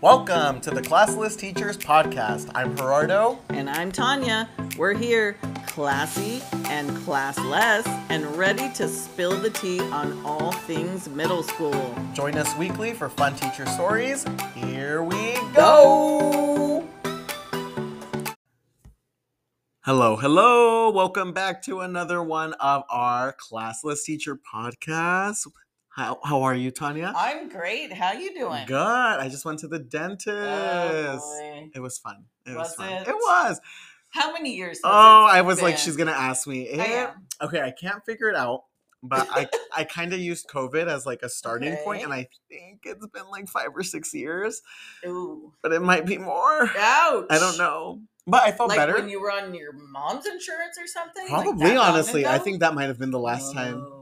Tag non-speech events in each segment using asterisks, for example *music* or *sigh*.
Welcome to the Classless Teachers Podcast. I'm Gerardo. And I'm Tanya. We're here, classy and classless, and ready to spill the tea on all things middle school. Join us weekly for fun teacher stories. Here we Go! Hello, hello. Welcome back to another one of our Classless Teacher Podcast. How, how are you, Tanya? I'm great. How you doing? Good. I just went to the dentist. Oh, boy. it was fun. It was, Was fun. it? It was. How many years? has Oh, it I was like, been? she's gonna ask me. I Eh, am. Okay, I can't figure it out, but *laughs* I I kind of used COVID as like a starting point, and I think it's been like five or six years, Ooh. but it might be more. Ouch. I don't know, but I felt Like better. when you were on your mom's insurance or something? Like Probably, that long honestly, I ago? think that might have been the last time. Oh,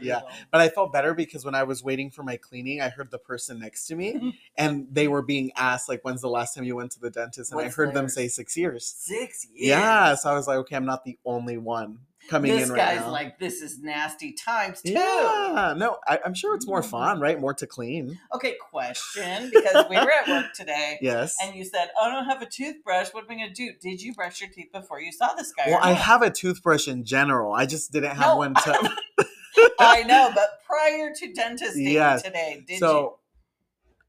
Yeah. brutal. But I felt better because when I was waiting for my cleaning, I heard the person next to *laughs* me, and they were being asked like, "When's the last time you went to the dentist?" And I What's heard them theirs? say six years. Six years. Yeah, so I was like, okay, I'm not the only one coming This in right guy's now. like, this is nasty times too. Yeah, no, I, I'm sure it's more Mm. fun, right? More to clean. Okay, question because we were *laughs* at work today Yes. and you said, oh, I don't have a toothbrush. What am I going to do? Did you brush your teeth before you saw this guy? or Well, I *laughs* not?" have a toothbrush in general. I just didn't have No. *laughs* one. To, I know, but prior to dentist day Yes. today, did so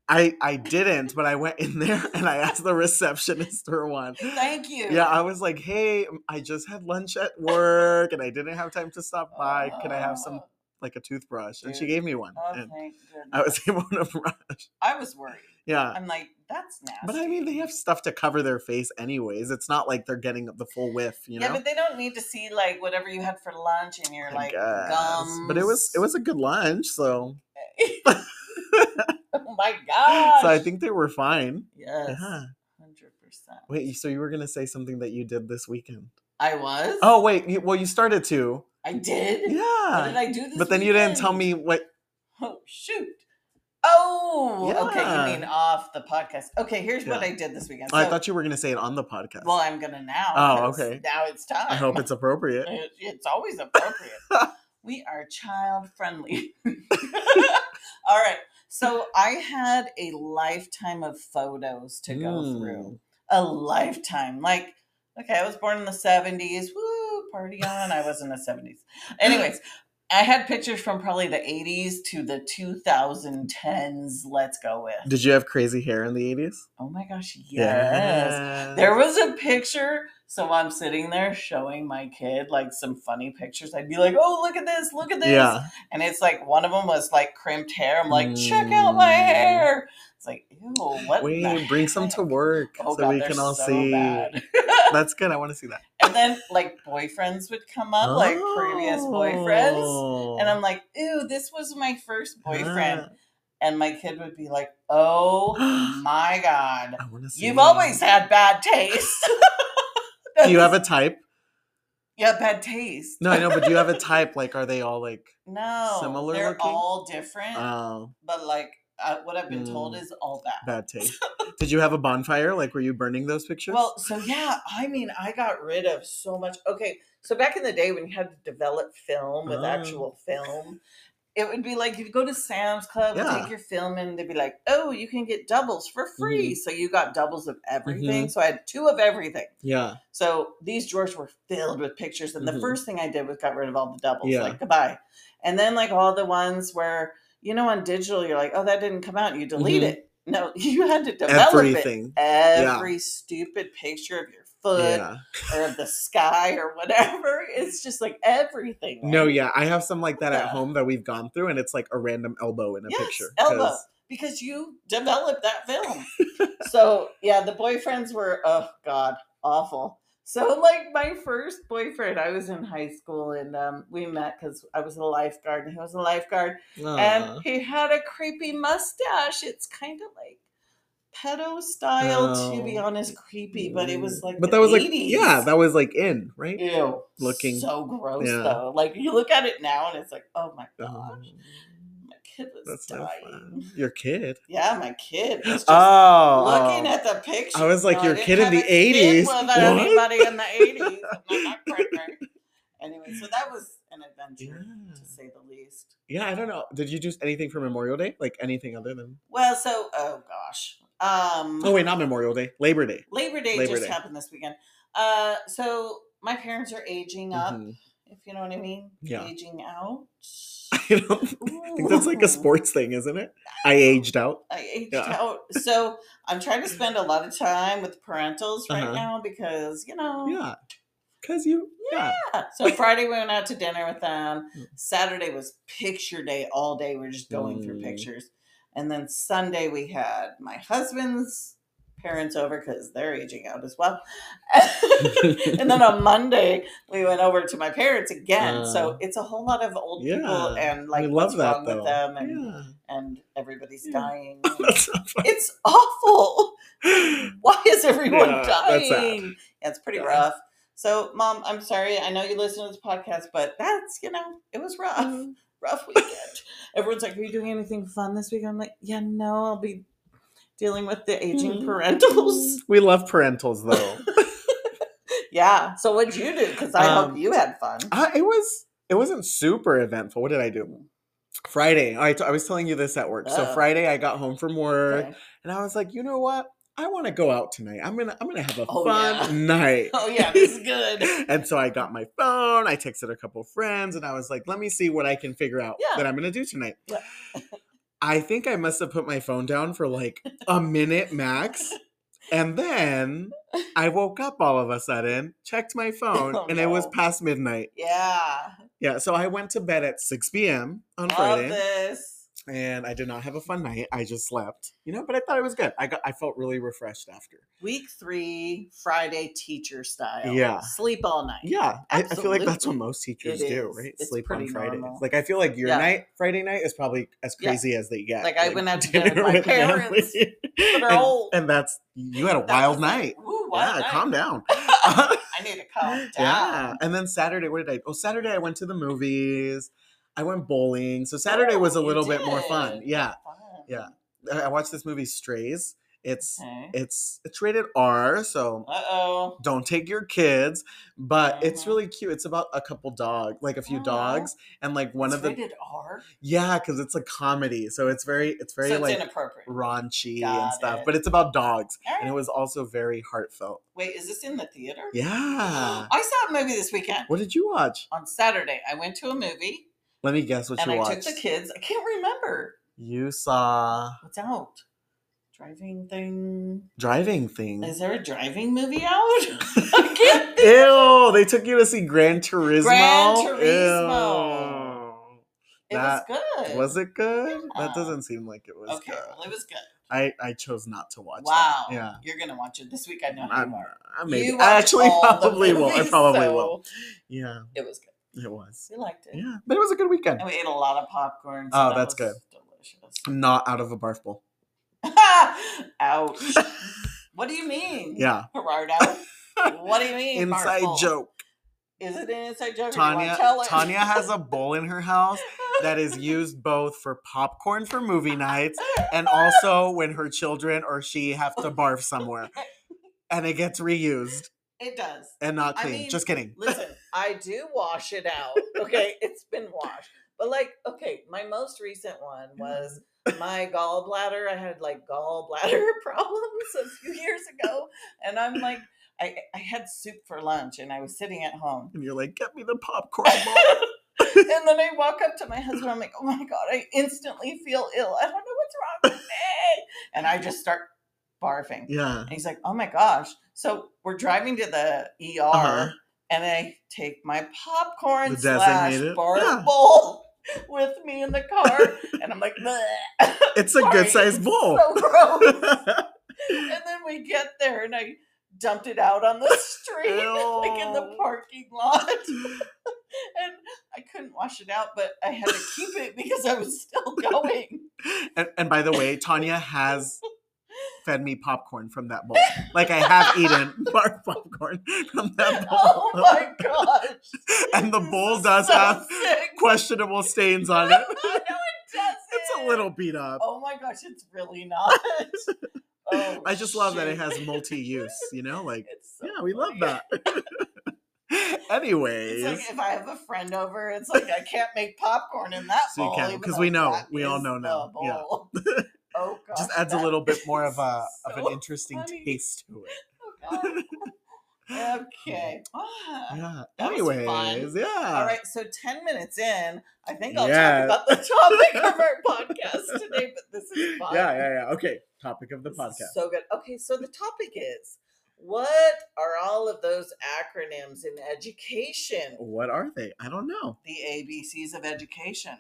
I I didn't, but I went in there *laughs* and I asked the receptionist for one. you? Thank you. Yeah, I was like, "Hey, um, I just had lunch at work and I didn't have time to stop by. Can I have some Oh, like a toothbrush?" And she Dude. gave me one, oh, and thank I goodness. was *laughs* able to brush. I was worried. Yeah. I'm like, that's nasty. But I mean, they have stuff to cover their face, anyways. It's not like they're getting the full whiff, you know. yeah, but they don't need to see like whatever you had for lunch and your I like guess. gums. But it was it was a good lunch, so *laughs* oh my god. so I think they were fine. yes, Yeah. hundred percent. Wait, you- so you were gonna say something that you did this weekend? I was. Oh wait, you, well you started to, I *laughs* did. What did yeah. I do this But then you didn't tell weekend? me what. *laughs* Oh shoot. Oh, okay. Yeah. You mean off the podcast? Okay, here's what Yeah. I did this weekend. Oh, I So- thought you were gonna say it on the podcast. Well, *laughs* I'm gonna now. Oh, 'cause okay. Now it's time. I hope it's appropriate. *laughs* It- It's *laughs* always appropriate. we are child friendly. *laughs* All right. So I had a lifetime of photos to go Hmm. through. A lifetime. Like, okay, I was born in the 70s. Woo, party on. I was in the *laughs* 70s. Anyways, I had pictures from probably the 80s to the 2010s. Let's go with. Did you have crazy hair in the eighties? Oh my gosh, yes. There was a picture. So I'm sitting there showing my kid like some funny pictures. I'd be like, oh, look at this, look at this. Yeah. And it's like one of them was like crimped hair. I'm like, check out my hair. It's like, ew, what? the Wait, Mm. bring some to heck? work Oh, so God, we they're can all so see. bad. *laughs* That's good. I want to see that. and then like boyfriends would come up, like previous Oh. boyfriends. And I'm like, ew, this was my first boyfriend. And my kid would be like, *gasps* oh my God. I want to see. You've always had bad taste. *laughs* Do you have a type? *laughs* Yeah, bad taste. No, I know, but do you have a type? Like, are they all *laughs* like? No, Similar They're looking? all different, Oh, but like uh, what I've been told Mm. is all bad. bad taste. *laughs* Did you have a bonfire? Like, were you burning those pictures? Well, so yeah, I mean, I got rid of so much. Okay, so back in the day when you had to develop film with Oh. actual film, it would be like you'd go to Sam's Club, Yeah. take your film, and they'd be like, "Oh, you can get doubles for free." Mm-hmm. So you got doubles of everything. So I had two of everything. yeah. So these drawers were filled with pictures, and Mhm. the first thing I did was got rid of all the doubles, Yeah. like goodbye. And then like all the ones where you know on digital you're like, oh that didn't come out, you delete Mhm. it. No, *laughs* you had to develop it. Everything. Every stupid picture of your foot Yeah. or of the sky or whatever. It's just like everything. No, right? yeah. I have some like that at Yeah. home that we've gone through, and it's like a random elbow in a Yes, picture. elbow. 'cause- Because you developed that *laughs* film. so yeah, the boyfriends were oh god, awful. So like my first boyfriend, I was in high school and um, we met because I was a lifeguard and he was a lifeguard Aw. and he had a creepy mustache. It's kind of like pedo style to be Oh. honest, creepy, but it was like But the that was like, 80s. yeah, that was like in, right? Ew, looking- so gross yeah. though. Like you look at it now and it's like, oh my gosh, Oh, my kid was that's dying. not *laughs* fun. Your kid. Yeah, my kid. was just oh, looking oh. at the picture. I was like, your didn't kid in have the a kid 80s? with What? anybody in the eighties. *laughs* I'm not pregnant. Anyway, so that was an adventure Yeah. to say the least. Yeah, I don't know. Did you do anything for Memorial Day? Like anything other than Well, so oh gosh, Um, Oh wait, not Memorial Day, Labor Day. Labor Day Labor just Day. happened this weekend. Uh, so my parents are aging up, Mhm. if you know what I mean. Yeah. Aging out. *laughs* I don't think that's like Ooh. a sports thing, isn't it? I aged out. I aged Yeah. out. So I'm trying to spend a lot of time with parentals right Uh-huh. now because, you know. Yeah, cause you. Yeah. Oh. yeah. So Friday we went out to dinner with them. Mm. Saturday was picture day all day. We are just going through Mm. pictures. And then Sunday we had my husband's parents over because they're aging out as well. *laughs* and then on Monday we went over to my parents again. Uh, so it's a whole lot of old people yeah. and like we what's love that wrong though. with them and, *laughs* yeah. and everybody's Yeah. *laughs* dying. That's not fun. it's awful why is everyone Yeah, that's dying? sad. Yeah, it's pretty Yeah. rough. So, mom, I'm sorry. I know you listen to this podcast, but that's you know, it was Mm-hmm. rough, rough weekend. Everyone's like, "Are you doing anything fun this weekend?" I'm like, "Yeah, no, I'll be dealing with the *laughs* aging Mm. parentals." We love parentals *laughs* though. Yeah. So, what'd you do? Because I Mm-hmm. Um, hope you had fun. I, it was it wasn't super eventful. What did I do? Friday. I t- I was telling you this at work. So Oh. Friday, I got home from work Okay. and I was like, you know what? I want to go out tonight. I'm gonna I'm gonna have a Oh, fun night. Oh yeah, this is good. *laughs* and so I got my phone. I texted a couple friends, and I was like, "Let me see what I can figure out Yeah. that I'm gonna do tonight." Yeah. *laughs* I think I must have put my phone down for like a minute max, and then I woke up all of a sudden, checked my phone, Oh, and it was no. past midnight. Yeah. Yeah, so I went to bed at 6 p.m. on Love Friday, this. and I did not have a fun night. I just slept, you know, but I thought it was good. I got I felt really refreshed after. Week three, Friday teacher style. Yeah. Sleep all night. Yeah, I, I feel like that's what Absolutely. most teachers It do, is. right? It's Sleep on pretty Fridays. normal. Like I feel like your Yeah. night, Friday night, is probably as Yeah. crazy as they get. Like, *laughs* I went out to dinner dinner with my family. parents, they're and, old. and that's you had a *laughs* That wild was like, night. Ooh, yeah, wild night. calm down. I need to *laughs* calm down. *laughs* yeah, and then Saturday, what did I? Oh, Saturday I went to the movies. I went bowling, so Saturday Oh, was a you little bit more fun. did. Yeah, Fun. Yeah. I I watched this movie Strays. It's Okay. it's it's rated R, so Uh oh. don't take your kids but it's Mhm. really cute it's about a couple dog like a few Aw. dogs and like one it's of the rated R. yeah because it's a comedy so it's very it's very so it's like inappropriate. raunchy and Got stuff it. but it's about dogs All and right. it was also very heartfelt Wait, is this in the theater? yeah *gasps* I saw a movie this weekend what did you watch on Saturday. I went to a movie let me guess what and you I watched took the kids. I can't remember you saw what's out. Driving thing. driving thing Is there a driving movie out? *laughs* I can't. *laughs* ew they took you to see gran turismo Gran Turismo. It That was Ew. good. was it good that Yeah. doesn't seem like it was Okay, good well, it was good. I, I chose not to watch. Wow. That. Yeah. You're gonna watch it this week. I know I, you are. I maybe You watch I actually all the probably won't. I movies, probably so won't. Yeah, It was good. it was. We liked it. Yeah, but it was a good weekend. And we ate a lot of popcorn. Oh, that that's was Delicious. Not out of a barf bowl. *laughs* *laughs* Ouch. what do you mean? Yeah. *laughs* Gerardo. What do you mean? Inside Marvel? joke. Is it an inside joke? or you Tanya wanna tell it? Tanya *laughs* has a bowl in her house that is used both for popcorn for movie nights and also when her children or she have *laughs* to barf somewhere. And it gets reused It does. and not I clean. mean, Just kidding. Listen, I do wash it out. *laughs* Okay, it's been washed. But like, okay, my most recent one was Mm-hmm. my gallbladder. I had like gallbladder *laughs* problems a few years ago, and I'm like, I, I had soup for lunch, and I was sitting at home, And you're like, get me the popcorn bowl. *laughs* and then I walk up to my husband. I'm like, oh my god, I instantly feel ill. I don't know what's wrong with me, and I just start barfing. yeah. And he's like, oh my gosh. So we're driving to the ER Uh-huh. and I take my popcorn The slash designated- bar yeah. bowl with me in *laughs* the car. and I'm like, "Bleh." It's a Sorry, good sized bowl. *laughs* so gross. and then we get there and I dumped it out *laughs* on the street, like in the Ew. parking lot. *laughs* And I couldn't wash it out, but I had to keep it because I *laughs* was still going. and, and by the *laughs* way, Tanya has fed me popcorn from that *laughs* bowl. Like I have eaten bar popcorn from that bowl. *laughs* Oh my gosh. *laughs* and the This bowl is does so have sick. questionable stains *laughs* on *laughs* no, it. it doesn't. It's a little beat up. Oh my gosh, it's *laughs* really not. Oh, I just love that it shoot. has multi use, you know? Like, *laughs* It's so yeah, we love funny. that. *laughs* It's Anyways. like if I have a friend over, it's like I can't make popcorn in that So you bowl, can't, even 'cause though we know. that We all is know now. *laughs* the Yeah. bowl. Oh god. Just adds a that little bit more is of a of so an interesting funny. taste to it. Oh, *laughs* God. *laughs* okay. Yeah. That was fun. Anyways, yeah. All right, so 10 minutes in, I think I'll Yeah. talk about the topic of our podcast today, but this is *laughs* fun. Yeah, yeah, yeah. Okay. Topic of the This is podcast. So good. Okay, so the topic is what are all of those acronyms in education? What are they? I don't know. The ABCs of education.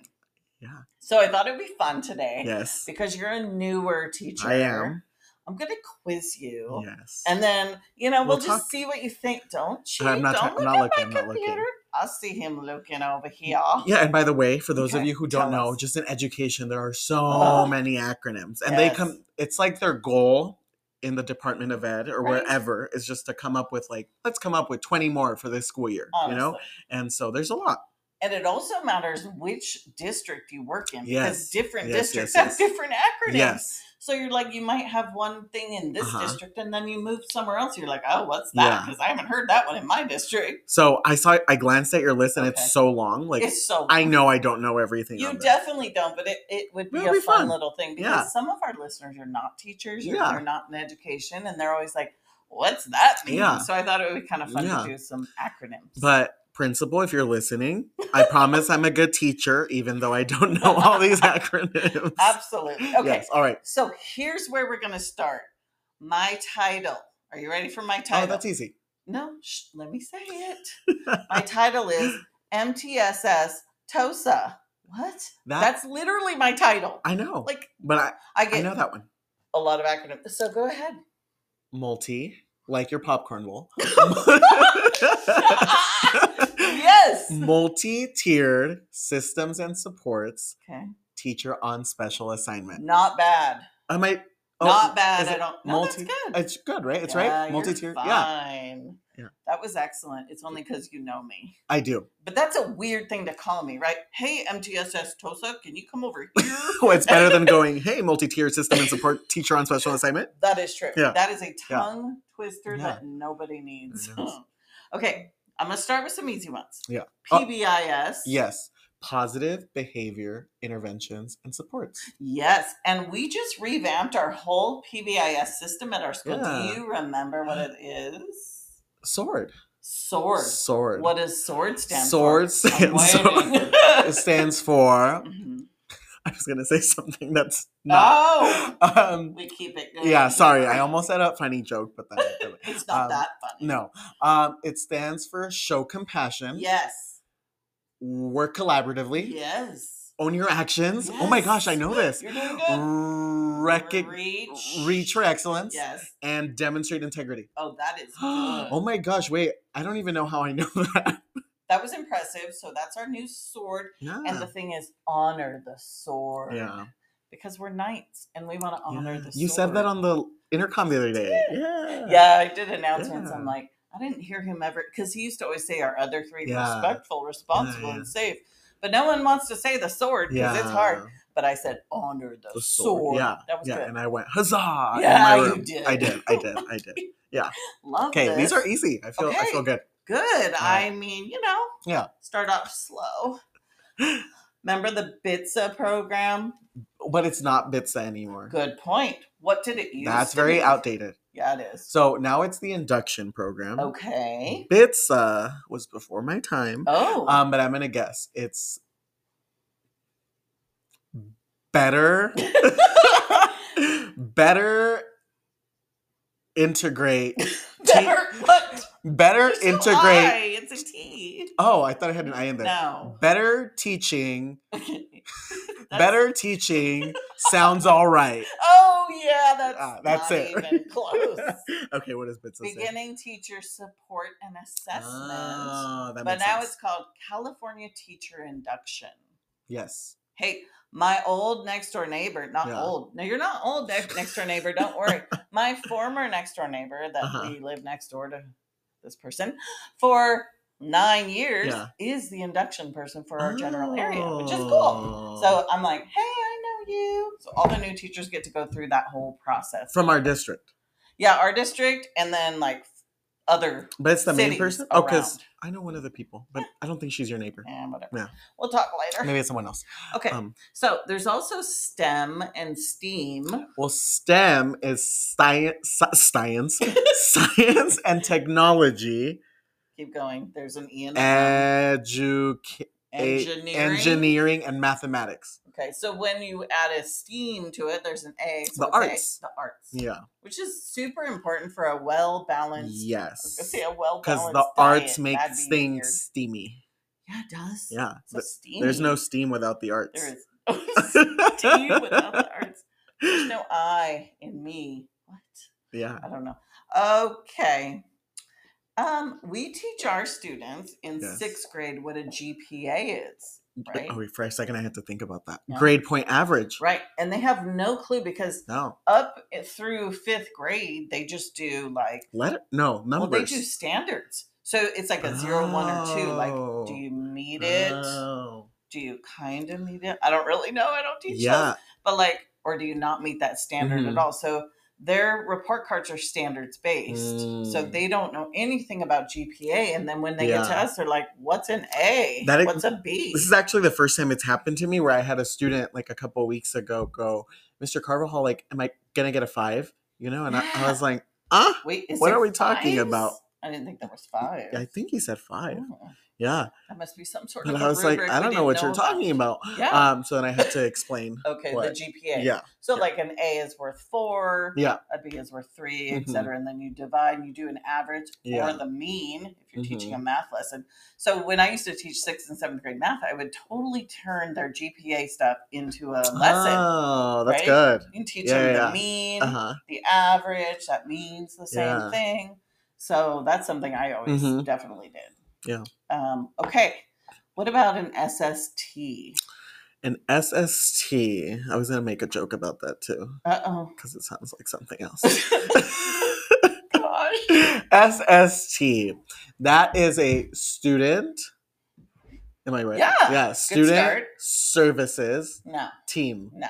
Yeah. So I thought it'd be fun today Yes. because you're a newer teacher. I am. I'm gonna quiz you. Yes. And then, you know, We'll we'll, just talk- see what you think. Don't cheat. I'm not Don't ta- I'm look not at looking, my I'm not looking. computer. I see him looking over here. yeah, and by the way, for those of Okay, you who don't tell know, us. just in education, there are so Ugh. many acronyms, and they Yes. come. It's like their goal in the Department of Ed or Right. wherever is just to come up with like, let's come up with 20 more for this school year, you know. Honestly. And so there's a lot. And it also matters which district you work in Yes. because different Yes, districts yes, yes. have different acronyms. Yes. So you're like, you might have one thing in this Uh-huh. district and then you move somewhere else. You're like, oh, what's that? Yeah. Because I haven't heard that one in my district. So I saw. I glanced at your list, and Okay. it's so long. Like it's so I know I don't know everything. You on there. definitely don't, but it, it would be It'll a be fun, fun. little thing because Yeah. some of our listeners are not teachers or Yeah. they're not in education and they're always like, what's that mean? Yeah. So I thought it would be kind of fun Yeah. to do some acronyms. But principal, if you're listening, I promise I'm a good teacher, even though I don't know all *laughs* these acronyms. *gasps* Absolutely. Okay. Yes. All right. So here's where we're going to start. My title. Are you ready for my Oh, title? that's easy. No, shh, let me say it. *laughs* My title is *gasps* MTSS TOSA. What? That, That's literally my title. I know, Like but I I I get know that one. a lot of acronyms. So go ahead. *laughs* *laughs* Multi, like your popcorn bowl. *laughs* yes. Mm. Multi-tiered systems and supports Okay. teacher on special assignment. Not bad. I might. oh, Not bad. is I it don't. No, multi. that's good. It's good, right? It's Yeah, right. you're Multi-tiered. Yeah, Fine. Yeah. That was excellent. It's only because you know me. I do. But that's a weird thing to call me, right? Hey, MTSS TOSA, can you come *laughs* over here? Oh, it's better *laughs* than going, hey, multi-tiered system and support teacher on special assignment. That is true. Yeah. That is a Yeah. tongue twister Yeah. that nobody needs. It is. *laughs* okay, I'm gonna start with some easy ones. Yeah. Oh. PBIS. Yes. Positive behavior interventions and supports. Yes, and we just revamped our whole PBIS system at our school. Yeah. Do you remember *gasps* what it is? Sword. Sword. Sword. What does sword stand Sword for? stands- I'm waiting. *laughs* it stands for. Mhm. I was gonna say something that's not. Oh, Um, we keep it. Going. yeah, sorry. I almost had a funny joke, but *laughs* then It's not um, that funny. no. Um, it stands for show compassion. Yes. Work collaboratively. Yes. Own your actions. Oh my gosh, I Yes. know this. You're doing good. Recog- Reach. reach for excellence Yes. and demonstrate integrity. Oh, that is good. *gasps* oh my gosh, wait, I don't even know how I know that. That was impressive. So that's our new sword. Yeah. And the thing is, honor the sword. yeah. Because we're knights and we want to honor Yeah. the sword. You said that on the intercom the other day. did. Yeah. *laughs* Yeah, I did announcements. I'm Yeah. like, I didn't hear him ever. Because he used to always say our other three Yeah. respectful, responsible, yeah. and safe. But no one wants to say the sword because it's hard. Yeah. But I said, honor the, The sword. sword. Yeah. That was Yeah, good. and I went huzzah! in Yeah, my you room. did. I did. I did. I did. *laughs* Love Okay, these this. are easy. I feel. I feel good. Good. Yeah. I mean, you know, Yeah. Start off *laughs* slow. Remember the BITSA program? But it's not Bitsa anymore. Good point. What did it use? That's very outdated. Yeah, it is. So now it's the induction program. Okay. Bitsa was before my time. Oh, *laughs* Um, but I'm gonna guess it's better, better integrate, better. What? better There's no integrate. I, It's a T. Oh, I thought I had an I in there. *laughs* No. Better teaching, That's- better teaching sounds all right. Oh yeah, that's Ah, *laughs* that's not it. even close. Okay, what is Bitsa say? Beginning teacher support and assessment. Ah, that but makes now sense. it's called California Teacher Induction. yes. Hey, my old next door neighbor, not Yeah. old. No, you're not old ne- next door neighbor. Don't worry. *laughs* My former next door neighbor that Uh-huh. we lived next door to this person for nine years Yeah. is the induction person for our general area, which is cool. Oh. So I'm like, hey, I know you. So all the new teachers get to go through that whole process. from our district. yeah, our district and then like other But it's the main cities person? Oh, because around. I know one of the people, but I don't think she's your neighbor. eh, whatever. Yeah. We'll talk later. Maybe it's someone else. Okay. Um, so there's also STEM and STEAM. well, STEM is science, *laughs* science, science and technology, Keep going. There's an E in STEM. educa- engineering. engineering, and mathematics. Okay. So when you add a STEAM to it, there's an A. The So it's A, arts. the arts. Yeah. Which is super important for a well balanced. Yes. a well Because balanced. the arts diet. That'd makes be things weird. steamy. Yeah, it does. Yeah. So steamy. There's no steam without the arts. There *laughs* is *laughs* steam without the arts. There's no I in me. What? yeah. I don't know. Okay. Um, we teach our students in Yes. sixth grade what a GPA is, right? Oh, wait, for a second, I had to think about that. Yeah. Grade point average. Right. And they have no clue because No. up through fifth grade, they just do like, Let it, no numbers. well, they do standards. So it's like a zero, one, or two. Like, do Oh. you meet it? Oh. Do you kind of meet it? I don't really know. I don't teach those. Yeah. but like or do you not meet that standard Mhm. at all so their report cards are standards based so Mm. they don't know anything about gpa and then when they get to Yeah. us they're like what's an a That ex- what's a b This is actually the first time it's happened to me where I had a student like a couple of weeks ago go, Mr. Carvajal, like, am I gonna get a five? You know, and I, I was like, ah, wait is what there are we talking about? i didn't think there was five I think he said five. Oh, Yeah. that must be some sort But of I a was like, rubric I we don't know didn't what you're talking about. yeah Um, so then I had to explain. okay what? the gpa yeah. so like an a is worth four Yeah. a b is worth 3 Mhm. et cetera and then you divide and you do an average Yeah. or the mean if you're teaching Mhm. a math lesson so when i used to teach sixth and seventh grade math i would totally turn their gpa stuff into a lesson Oh, that's right? good. you can teach yeah, them yeah, the mean Uh huh. the average that means the same Yeah. thing so that's something i always Mhm. definitely did Yeah. um, okay what about an sst An SST. I was gonna make a joke about that too, uh-oh *laughs* *laughs* because it sounds like something else. gosh SST. That is a student. Am I right? Yeah, Yeah. Student start. services no team. No.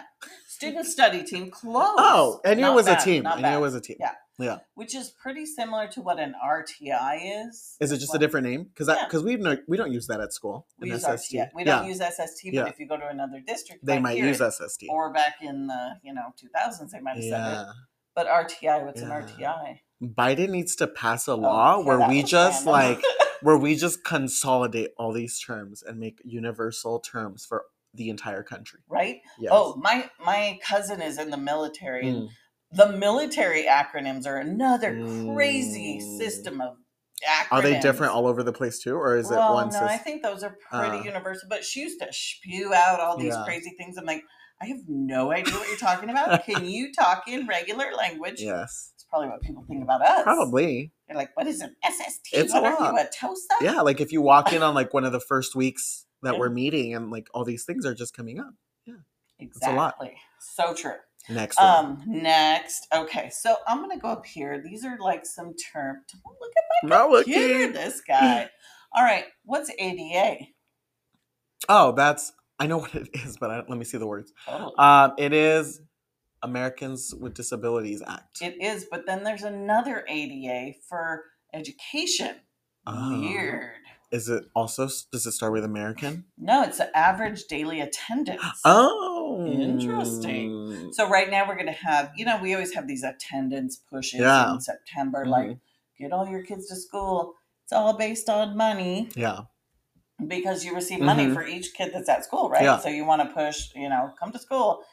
Student study team close. Oh, I knew Not it was bad, a team. Not I knew bad. it was a team. Yeah. Which is pretty similar to what an RTI is. Is it just Well, a different name? Because Yeah. because we no, we don't use that at school. We an use SST. RTI. We yeah. don't use SST, but Yeah. if you go to another district, they back might here, use SST. Or back in the you know 2000s, they might have said it. Yeah. But RTI, what's Yeah. an RTI? Biden needs to pass a Oh, law yeah, where that we was just random. like *laughs* where we just consolidate all these terms and make universal terms for the entire country. right? Yes. Oh, my my cousin is in the military. Mm. and The military acronyms are another crazy Mm. system of acronyms. Are they different all over the place too, or is well, it one no, system? I think those are pretty Uh. universal. But she used to spew out all these Yeah. crazy things. I'm like, I have no idea what you're talking *laughs* about. Can you talk in regular language? yes, It's probably what people think about us. probably. *laughs* They're like, what is an SST? It's a what are you, lot. a TOSA? Yeah, like if you walk in on like one of the first weeks that Yeah. we're meeting, and like all these things are just coming up. Exactly. a lot. So true. Next one. Um, next. Okay, so I'm going to go up here. These are like some term. Don't look at Not my computer, looking. this guy. All right, what's ADA? *sighs* Oh, that's I know what it *laughs* is, but I, let me see the words. Totally. Um, it is Americans with Disabilities Act. It is, but then there's another ADA for education. Oh. Weird. Is it also does it start with American? No, it's the average daily attendance. Oh, Interesting. So right now we're going to have, you know, we always have these attendance pushes Yeah. Mm-hmm. in September, like get all your kids to school. It's all based on money Yeah, because you receive money Mhm. for each kid that's at school, right? Yeah. So you want to push, you know, come to school.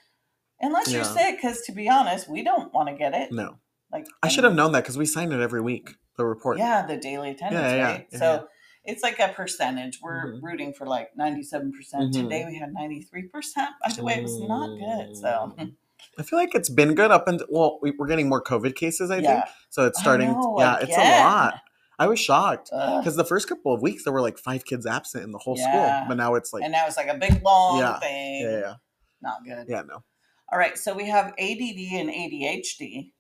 Unless you're Yeah. sick, because to be honest, we don't want to get it. no, Like I should have known that because we sign it every week. The report. Yeah, the daily attendance, Yeah, yeah, right? yeah, so it's like a percentage. We're Mhm. rooting for like 97%. Mhm. Today we had 93%. By the way, it was not good. So *laughs* Mm. I feel like it's been good up until well, we, we're getting more COVID cases. I Yeah. think so. It's I starting. know, yeah, it's a again. lot. I was *laughs* shocked ugh. because the first couple of weeks there were like five kids absent in the whole Yeah. school, but now it's like and now it's like a big long Yeah, thing. yeah, yeah, Not good. yeah, no. All right, so we have ADD and ADHD.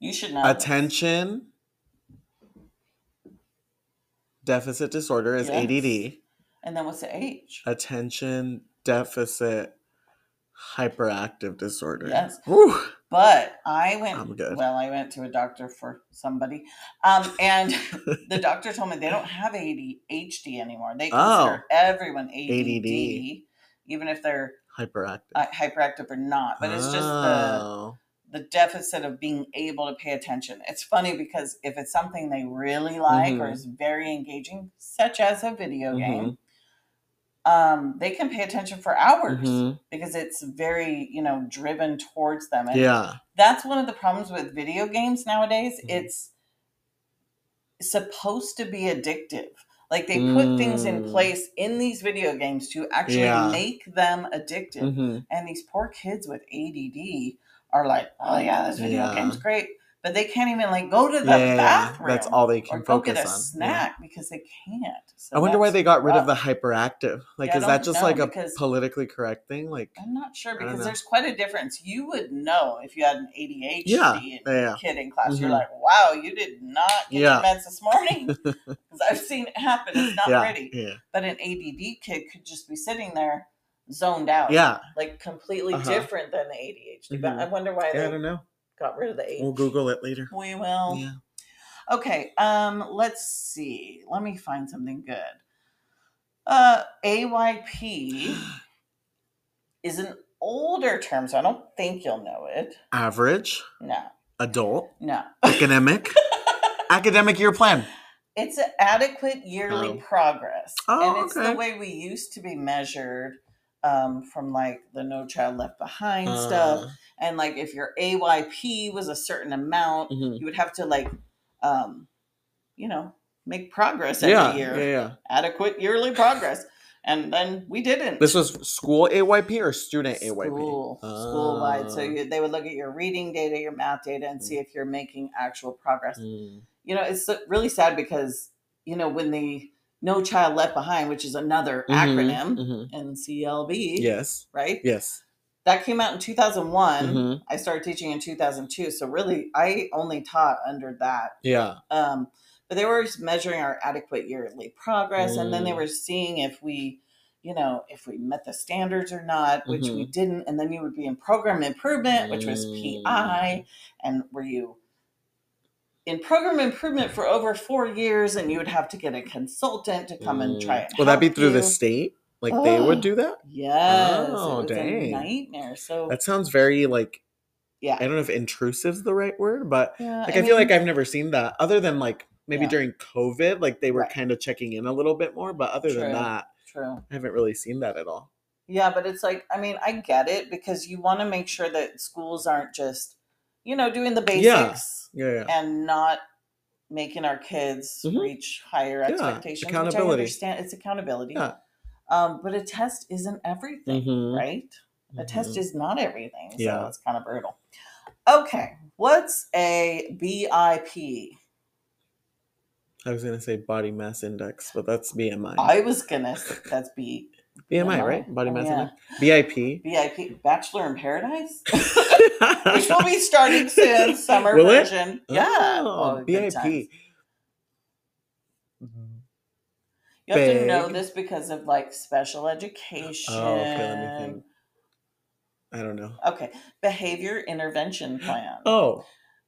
You should know. this. Attention deficit disorder is Yes. ADD. And then what's the H? Attention deficit Hyperactive disorder. Yes. Whew. But I went. I'm good. Well, I went to a doctor for somebody, um, *laughs* and the doctor told me they don't have ADHD anymore. They Oh. consider everyone ADD, ADD. even if they're Hyperactive. uh, hyperactive or not. But it's just the Oh. the deficit of being able to pay attention. It's funny because if it's something they really like or Mhm. is very engaging, such as a video game, Mhm. um, they can pay attention for hours Mhm. because it's very you know driven towards them. And Yeah. that's one of the problems with video games nowadays. Mhm. It's supposed to be addictive. Like they put things in Mm. place in these video games to actually Yeah. make them addictive. Mhm. And these poor kids with ADD are like, oh yeah, this video Yeah. game's great, but they can't even like go to *laughs* the Yeah, bathroom. That's all they Or can go focus get a on. Yeah. snack because they can't. So I wonder why that's- they got rid of the rough. hyperactive. Like, Yeah, I is don't that just know, like a because- politically correct thing? Like, I'm not sure don't because know. there's quite a difference. You would know if you had an ADHD yeah, and yeah, kid in class. You're Mhm. like, wow, you did not get Yeah. your meds this morning. *laughs* *laughs* Because I've seen it happen. It's not yeah, pretty. yeah, But an ADD kid could just be sitting there zoned out. yeah. Like completely Uh-huh. different than the ADHD. But Mhm. I wonder why Yeah, I they don't know. got rid of the ADHD. We'll Google it later. We will. Yeah. Okay. Um. Let's see. Let me find something good. Uh, AYP is an older term, so I don't think you'll know it. *gasps* Average, No, *laughs* adult, no. academic, academic year plan. It's an adequate yearly Oh. progress, Oh, and it's okay. the way we used to be measured. Um, from like the No Child Left Behind stuff, Uh, and like if your AYP was a certain amount, mhm. you would have to like, um, you know, make progress every Yeah, year. yeah, yeah. adequate yearly progress. And then we didn't. This was school AYP or student AYP? school, Uh, school wide. So Ah. you, they would look at your reading data, your math data, and see if you're making actual progress. Mm. You know, it's so- really sad because you know when the No Child Left Behind, which is another Mhm, acronym, mhm. NCLB, Yes, right? yes. That came out in 2001. Mhm. I started teaching in 2002. So really, I only taught under that Yeah. um, but they were measuring our adequate yearly progress, and then they Mm. were seeing if we, you know, if we met the standards or not, which we Mm-hmm. didn't. And then you would be in program improvement, which was PI, Mm. and were you in program improvement for over four years? And you would have to get a consultant to come and try it. Will Mm, that be through the you. state? Like they would Oh. do that? Yes, Oh, it was a dang. nightmare. So That sounds very like yeah, I don't know if intrusive's the right word, but yeah. like I, feel like mean, I've never seen that other than like maybe Yeah. during COVID, like they were Right. kind of checking in a little bit more, but other True. than that, true. I haven't really seen that at all. Yeah, but it's like, I mean, I get it because you want to make sure that schools aren't just, you know, doing the Yeah. basics Yeah, yeah. and not making our kids Mhm. reach higher Yeah, expectations. which I accountability. understand it's accountability. Yeah. Um, but a test isn't everything, Mhm, right? A test mhm. is not everything. So Yeah. it's kind of brutal. Okay. What's a BIP? Mm-hmm. I was gonna say body mass index, but that's BMI. I was going to say that's B. BMI, BMI. right? Body Oh, mass yeah. index. *laughs* BIP. BIP, Bachelor in Paradise? which will be *laughs* starting soon, summer Will it? version. *laughs* Yeah, Oh, good times. BIP. You have to know Big. this because of like special education. Oh, okay, let me think. I don't know. Okay, behavior intervention plan. Oh,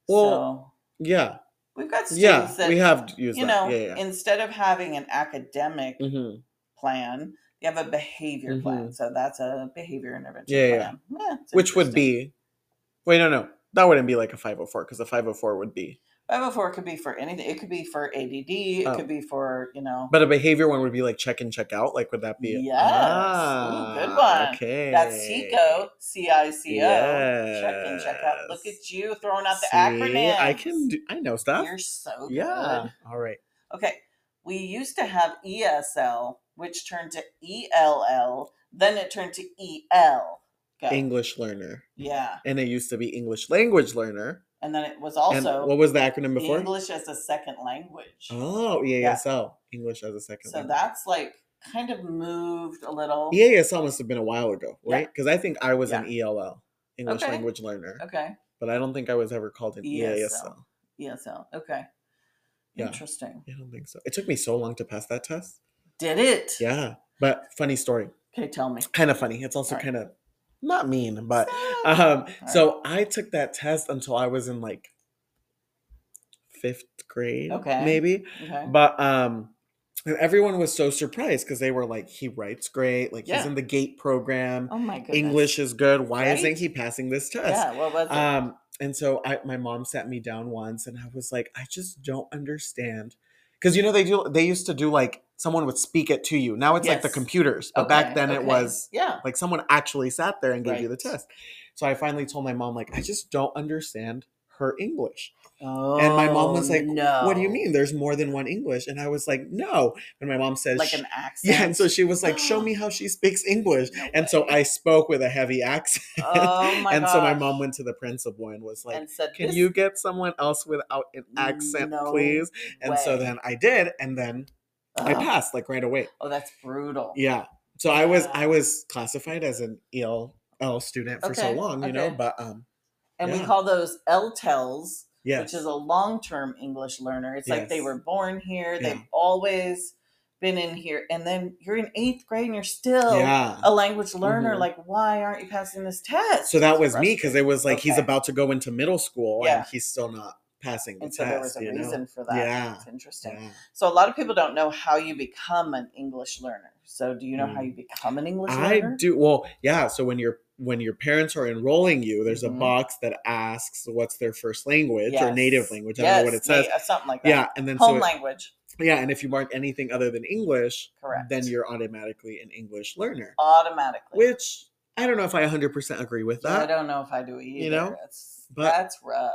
well, yeah. so we've got students Yeah, that we have used that. you know yeah, yeah. instead of having an academic hmm plan, you have a behavior plan. So that's a behavior Mm-hmm. intervention Yeah, yeah. plan, Yeah, it's Which would interesting. be, wait, no, no, that wouldn't be like a 504 because a 504 would be, Five hundred four could be for anything. It could be for ADD. It Oh. could be for you know. but a behavior one would be like check in, check out. Like, would that be? Yes. Ooh, good Ah, one. Okay. That's CICO, C I C O. Check in, check out. Look Yes. at you throwing out the See, acronym. I can. Do, I know stuff. You're so good. yeah. All right. Okay. We used to have ESL, which turned to ELL, then it turned to EL. Okay. English learner, Yeah. and it used to be English language learner. And then it was and also what was the acronym before? English as a second language. Oh, EASL, English as a second. so language. that's like kind of moved a little. EASL must have been E a while ago, Yeah. right? Because I think I was an ELL, English Okay. language learner, Okay. E but I don't think I was ever called an E EASL. ESL. ESL. Okay. Yeah. Interesting. I don't think so. It took me so long to pass that test. Did it? Yeah, but funny story, Okay, tell me. kind of funny. It's also All right. kind of not mean, but Stop. um All so I took that test until I was in like 5th grade, Okay. maybe. Okay. But um and everyone was so surprised cuz they were like he writes great, like he's Yeah. in the GATE program. oh my goodness. English is good. Why Right? isn't he passing this test? Yeah. What was it? Um, and so I, my mom sat me down once, and I was like, I just don't understand, because you know they do. They used to do like someone would speak it to you. Now it's like the Yes. computers, but Okay, back then it okay. was Yeah. like someone actually sat there and gave you the Right. test. So I finally told my mom like, I just don't understand her English. Oh, my mom was like, no. What do you mean? There's more than one English? And I was like, No. And my mom says, Like "Sh- an accent? *laughs* Yeah. And so she was like, *gasps* Show me how she speaks English. No And so way. I spoke with a heavy *laughs* accent. *laughs* Oh my and so my gosh. mom went to the principal and was like, and said, can "This you get someone else without an accent No please and so way." then i did and then i Ugh. passed like right away Oh, that's brutal. yeah so i was i Wow. was classified as an el l student for so Okay, long you know okay. but um And we Yeah. call those LTELs, yes which is a long term English learner. It's like they Yes. were born here, Yeah. they've always been in here. And then you're in eighth grade and you're still yeah a language learner. Mhm. Like, why aren't you passing this test? so that It's was me because it was like he's Okay. about to go into middle school Yeah. and he's still not passing the And so there was test a you know reason for that. Yeah. It's interesting. Yeah. So a lot of people don't know how you become an English learner. So do you know how you become an English Mm. i learner? do well yeah so when you're when your parents are enrolling you there's a Mhm. box that asks what's their first language or native Yes. language i don't know what Yes, it says na- uh, something like that. yeah and then so Home it- language. Yeah, and if you mark anything other than English, Correct. then you're automatically an English learner. automatically. Which I don't know if I 100% agree with Yeah, I that. don't know if I do either. know? That's- But- that's rough.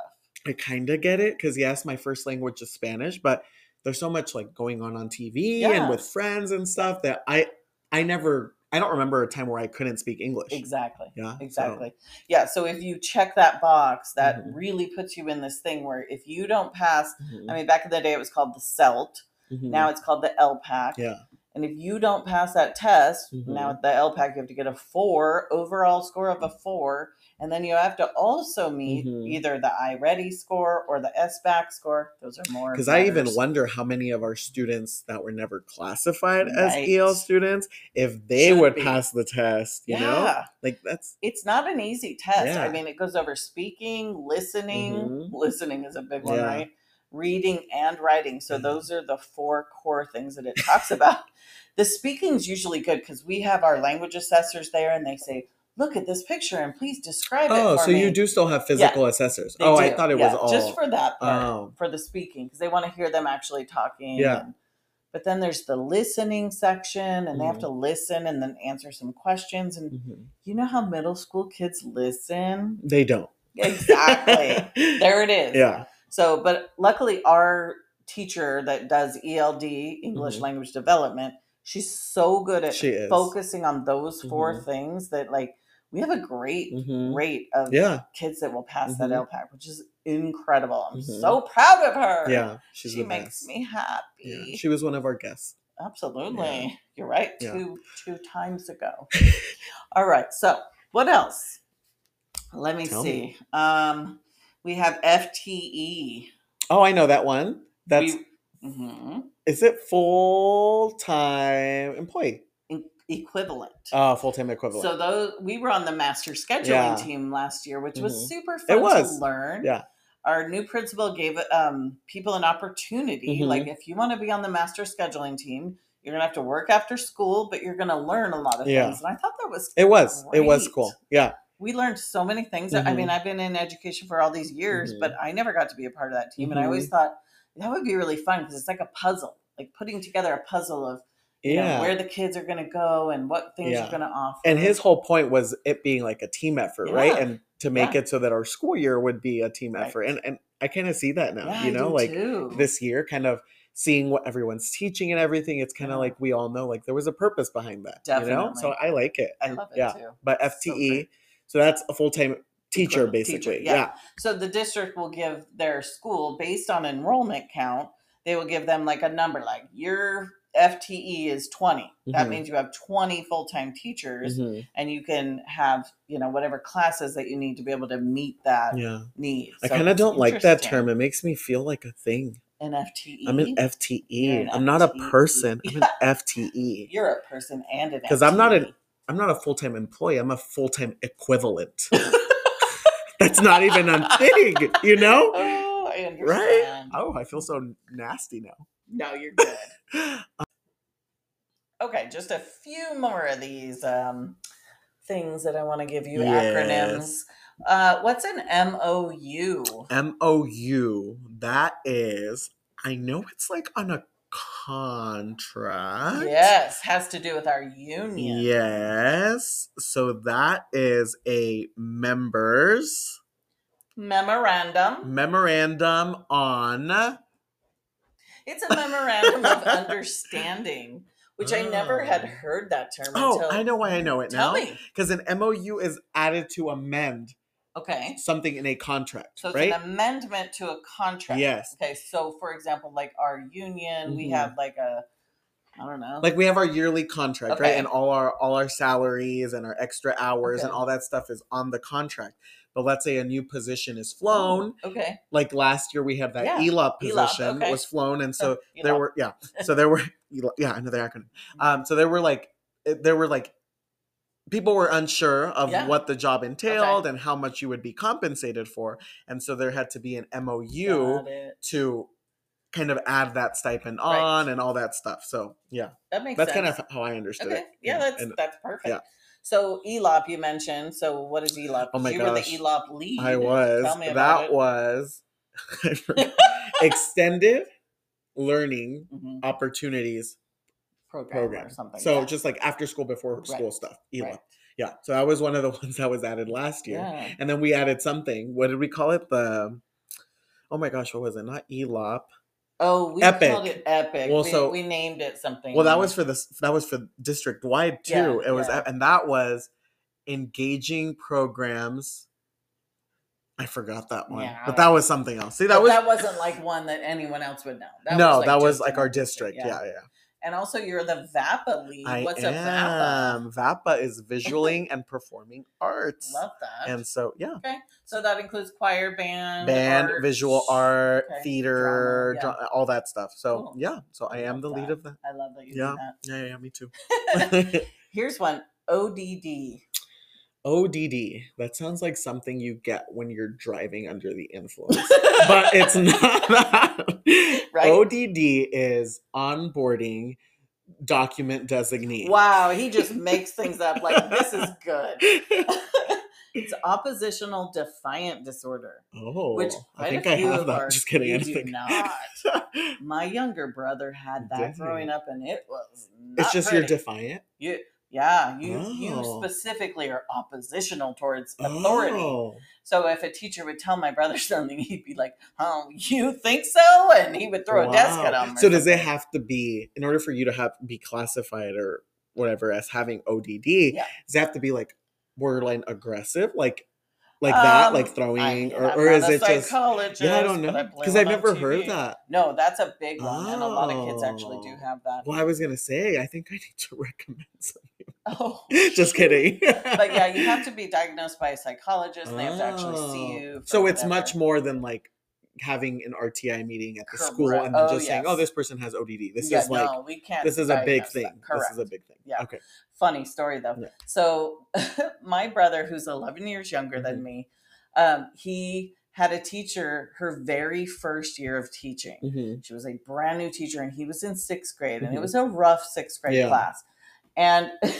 I, kind of get it because yes, my first language is Spanish, but there's so much like going on on TV and Yeah. with friends and stuff that I I never I don't remember a time where I couldn't speak English. Exactly. Yeah, so- Exactly. Yeah. So if you check that box, that Mhm. really puts you in this thing where if you don't pass, Mhm, I mean, back in the day it was called the CELT. mhm. Now it's called the LPAC. yeah, And if you don't pass that test, now Mhm. at the LPAC you have to get a four overall score of a four, and then you have to also meet Mhm. either the I Ready score or the SBAC score. Those are more because I even matters. wonder how many of our students that were never classified as Right. EL students if they Should would be. pass the test. You know, Yeah. like that's it's not an easy test. Yeah. I mean, it goes over speaking, listening. Mhm. Listening is a big one, Yeah. right? Reading and writing. So Mhm. those are the four core things that it talks about. the speaking's usually good because we have our language assessors there, and they say, "Look at this picture and please describe it." Oh, for so you me." do still have physical assessors? They oh, I do, thought it was yeah, all. just for that part, oh, for the speaking because they want to hear them actually talking. Yeah. and- but then there's the listening section, and they Mm-hmm. have to listen and then answer some questions. And mhm. you know how middle school kids listen? they don't. Exactly. *laughs* *laughs* there it is. yeah. So, but luckily, our teacher that does ELD, English Mhm. Language Development, she's so good at She is. focusing on those 4 Mhm. things that, like, we have a great Mhm. rate of Yeah. kids that will pass that Mhm. LPAC, which is incredible. I'm Mhm. so proud of her. Yeah. She's she the makes best. me happy. Yeah. She was one of our guests. Absolutely. Yeah. You're right. Yeah. Two two *laughs* times ago. All right. So what else? Let me Tell see. me. Um we have FTE. Oh, I know that one. That's We- mhm. is it full time employee? E- equivalent. Uh, full time equivalent. So those we were on the master scheduling Yeah. team last year, which Mhm. was super fun was. to learn. Yeah. Our new principal gave um, people an opportunity. Mhm. Like, if you want to be on the master scheduling team, you're gonna have to work after school, but you're gonna learn a lot of Yeah. things. And I thought that was it was. It was Great. cool. Yeah. we learned so many things. I Mm-hmm. mean, I've been in education for all these years, Mhm. but I never got to be a part of that team. And I always Mm-hmm. thought that would be really fun because it's like a puzzle, like putting together a puzzle of you know, Yeah. where the kids are going to go and what things Yeah. you're going to offer. and his *laughs* whole point was it being like a team effort, right? Yeah. And to make Yeah. it so that our school year would be a team Right. effort. And and I kind of see that now. Yeah, I you know, do like too. this year, kind of seeing what everyone's teaching and everything, it's kind of Yeah. like we all know like there was a purpose behind that. You know? So Definitely. I like it. I love it uh, yeah. too. But So FTE, so, great. that's a full time teacher Equivalent teacher, basically. yeah. yeah. So the district will give their school based on enrollment count, they will give them like a number like your FTE is 20. That Mhm. means you have 20 full-time teachers Mhm. and you can have, you know, whatever classes that you need to be able to meet that Yeah. need. I So kind of it's don't like that interesting. term. It makes me feel like a thing. An E? FTE. I'm an FTE. You're an E. I'm not a FTE. *laughs* person. I'm an FTE. You're a person and E. an E. Because I'm not an FTE. I'm not a full time employee. I'm a full time *laughs* equivalent. That's not even a thing, you *laughs* know? Oh, I understand. Right? Oh, I feel so nasty now. No, you're good. Okay, just a few more of these um, things that I want to give you acronyms. Uh, what's an MOU? M O U. That is. I know it's like on a contract. Yes, has to do with our union. Yes. So that is a members Memorandum. memorandum on. Oh, It's a memorandum of understanding, which I never had Oh. heard that term Oh, until. I know why I know it Tell now. me. Because an MOU is added to amend Okay. something in a contract, So it's right? an amendment to a contract. Yes. Okay. So, for example, like our union, we Mhm. have like a, I don't know. like we have our yearly contract right Okay. and all our all our salaries and our extra hours and Okay. all that stuff is on the contract but let's say a new position is flown Okay. like last year we had that E Yeah, E elop position okay. E was flown and so you there know. were yeah so there were E ELOP, yeah another acronym Mm-hmm. um so there were like it- there were like people were unsure of Yeah. what the job entailed and how much you would be compensated for and so there had to be an mou Got it. to kind of add that stipend Right. on and all that stuff so yeah That makes that's sense. kind of how I understood Okay. it. Yeah, that's And that's perfect. yeah. So ELOP you mentioned. So what is ELOP? Oh my you were the gosh. ELOP lead. I was. Tell me about that it. *laughs* was *laughs* extended learning Mhm. opportunities program, program. or something. so yeah. just like after school, before school stuff. ELA. Right. Yeah. So that was one of the *laughs* ones that was added last year. Yeah. And then we added something. What did we call it? The oh my gosh, what was it? Not ELOP. Oh, we Epic. called it epic. Well, we, so- we named it something. Well, that was for this. That was for district wide too. Yeah, it was, yeah. and that was engaging programs. I forgot that one, Yeah. but that was something else. See, that But was that wasn't like one that anyone else would know. no, that was just like in our district. Yeah, yeah. And also, you're the VAPA lead. I What's a VAPA? am. VAPA *laughs* is visualing and performing arts, Love that. and so yeah, okay, so that includes choir, band, band, arts. visual art, Okay. theater, Drama, dra- all that stuff. So Cool. yeah, so I, I am love the lead that. of that. I love that you Yeah. do Yeah, yeah, yeah, me *laughs* too. *laughs* that. Here's one. ODD. ODD. That sounds like something you get when you're driving under the *laughs* influence. but it's not *laughs* that. Right? ODD is onboarding document designee. Wow, *laughs* he just makes things up like this is good. *laughs* It's oppositional defiant disorder, Oh, which I quite think a I few have of that. our- Just kidding. *laughs* I you don't do think- not. My younger brother had that Dang. growing up, and it was not it's just you're pretty. defiant. you, yeah, you you Oh. specifically are oppositional towards authority. Oh. So if a teacher would tell my brother *laughs* something, he'd be like, "Oh, you think so?" and he would throw a desk at Wow. him. or So does it something. have to be in order for you to have be classified or whatever as having ODD? Yeah. Does it have to be like borderline aggressive, like like that, Um, like I- throwing, I'm or, or not is a it just? psychologist, Yeah, I don't but know blame because it I've on never heard TV. that. No, that's a big one, and a lot of kids actually do Oh. have that. Well, I was gonna say I think I need to *laughs* recommend. Something. *laughs* Oh, just kidding. but yeah, *laughs* you have to be diagnosed by a psychologist, and they have to actually see Oh. you. for So it's much whatever. more than like having an RTI meeting at the school Correct. and then Oh, just saying, "Oh, yes. this person has ODD." This Yeah, is like no, we can't. this is a big diagnose thing. That. Correct. This is a big thing. Yeah. Okay. Funny story though. Yeah. So *laughs* my brother, who's 11 years younger than Mm-hmm. me, um, he had a teacher her very first year of teaching. Mhm. She was a brand new teacher, and he was in sixth grade, and it Mhm. was a rough sixth grade Yeah. class. And *laughs*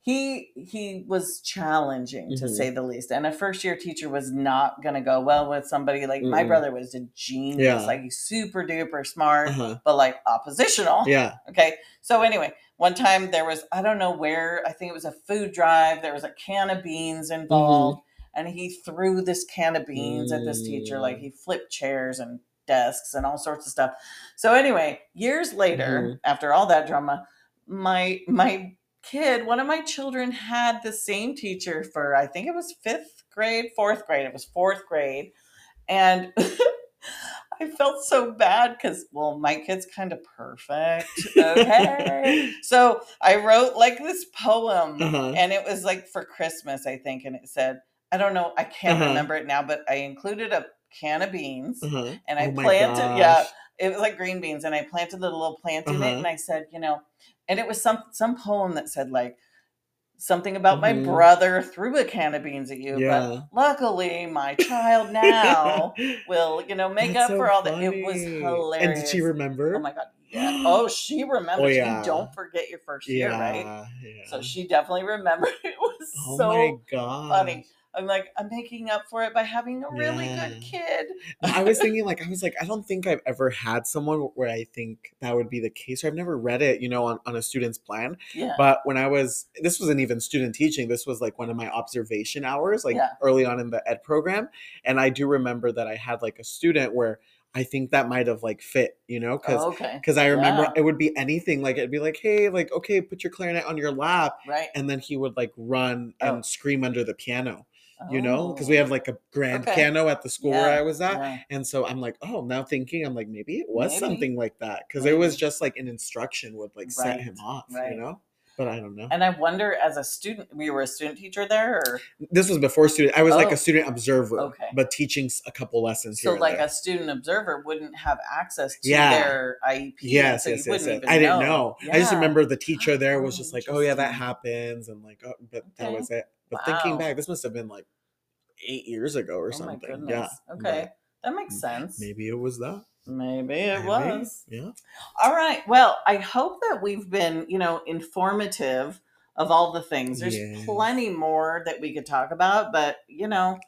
he he was challenging to Mhm. say the least. And a first year teacher was not going to go well with somebody like my Mm-mm. brother was a genius, Yeah. like he's super duper *laughs* smart, Uh-huh. but like oppositional. Yeah. Okay. So anyway, one time there was I don't know where I think it was a food drive. There was a can of beans involved, and he threw this can of beans at this teacher. Like Mm. he flipped chairs and desks and all sorts of stuff. So anyway, years later, after all that drama, my my kid, one of my children had the same teacher for I think it was fifth grade, fourth grade. It was fourth grade, and. *laughs* I felt so bad because, well, my kid's kind of perfect. Okay. *laughs* so I wrote like this poem, Uh-huh. and it was like for Christmas, I think. And it said, I don't know, I can't Uh-huh. remember it now, but I included a can of beans Uh-huh. and I Oh my planted, yeah, gosh. it was like green beans, and I planted the little plant in it. Uh-huh. And I said, you know, and it was some some poem that said, like, something about Mhm. my brother threw a can of beans at you, Yeah. but luckily my child *laughs* *laughs* now will, you know, make That's up so for all that. It was funny. hilarious. And did she remember? Oh my *gasps* god. Yeah. Oh, she remembers. yeah. You don't forget your first year, yeah, right? yeah. So she definitely remembered. *laughs* It was oh so my god. funny. I'm like, I'm making up for it by having a really Yeah. good kid. I was thinking like I was like I don't think I've ever had someone where I think that would be the case or I've never read it you know on, on a student's plan Yeah. but when I was this wasn't even student teaching this was like one of my observation hours like Yeah. early on in the ed program and I do remember that I had like a student where I think that might have like fit you know because okay. because I remember Yeah. it would be anything like it'd be like hey like okay put your clarinet on your lap Right. and then he would like run Oh. and scream under the piano you know because we Oh. have like a grand Okay. piano at the school Yeah, where I was at. yeah. And so I'm like, oh, now thinking, I'm like, maybe it was Maybe. something like that because it was Maybe. just like an instruction would like set him Right, off, right. you know. But I don't know. And I wonder, as a student, we were a student teacher there, or this was before student. I was like Oh. a student observer, Okay. but teaching s- a couple lessons so here. like and there. a student observer wouldn't have access to Yeah. their IEP. yes, so you yes, yes, wouldn't yes. even I didn't know. I just Yeah. remember the teacher there was Oh, just like, oh yeah, that interesting. happens, and like, oh, but that Okay. was it. But thinking Wow. back, this must have been like eight years ago or oh something. my yeah. goodness. but Okay, that makes m- sense. Maybe it was that. Maybe it Maybe. was. Yeah. All right. Well, I hope that we've been, you know, informative of all the things. There's Yes. plenty more that we could talk about, but you know,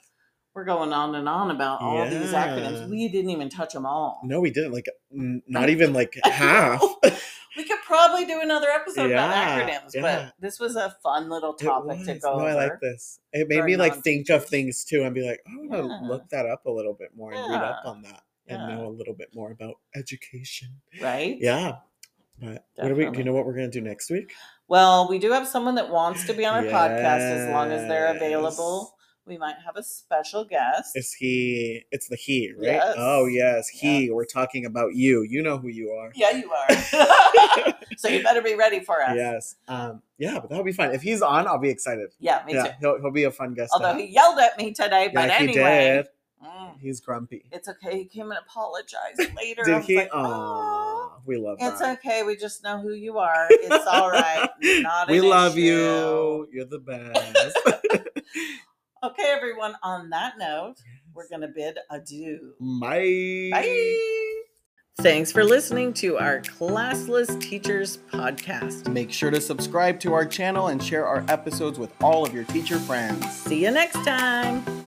we're going on and on about all these Yeah. acronyms. We didn't even touch them all. No, we didn't. Like, n- not even *laughs* like half. We could probably do another episode Yeah, about acronyms, yeah. but this was a fun little It topic to was. go no, over. I like this. It made for me like think of non-teachers. things too and be like, I want to Yeah. look that up a little bit more and read up Yeah, on that and yeah. know a little bit more about education. Right? Yeah. But what are we, do Definitely. you know what we're going to do next week? Well, we do have someone that wants to be on our podcast as long as they're available. We might have a special guest. Is he, it's the he, right? Yes. Oh, yes. He, we're talking about you. You know who you are. yeah, you *laughs* are. *laughs* so you better be ready for us. Yes. Um, yeah, but that'll be fun. If he's on, I'll be excited. Yeah, me yeah, too. he'll, he'll be a fun guest. to have. Although he yelled at me today, but Yeah, he anyway. did. Mm, He's grumpy. it's okay. He came and *laughs* apologized later. I Did was he? like, "Aw." Aw, we love It's that. okay. We just know who you are. It's all *laughs* right. Not we an love issue. you. You're the best. Okay, everyone. On that note, we're going to bid adieu. Bye. *laughs* Bye. Thanks for listening to our Classless Teachers Podcast. Make sure to subscribe to our channel and share our episodes with all of your teacher friends. See you next time.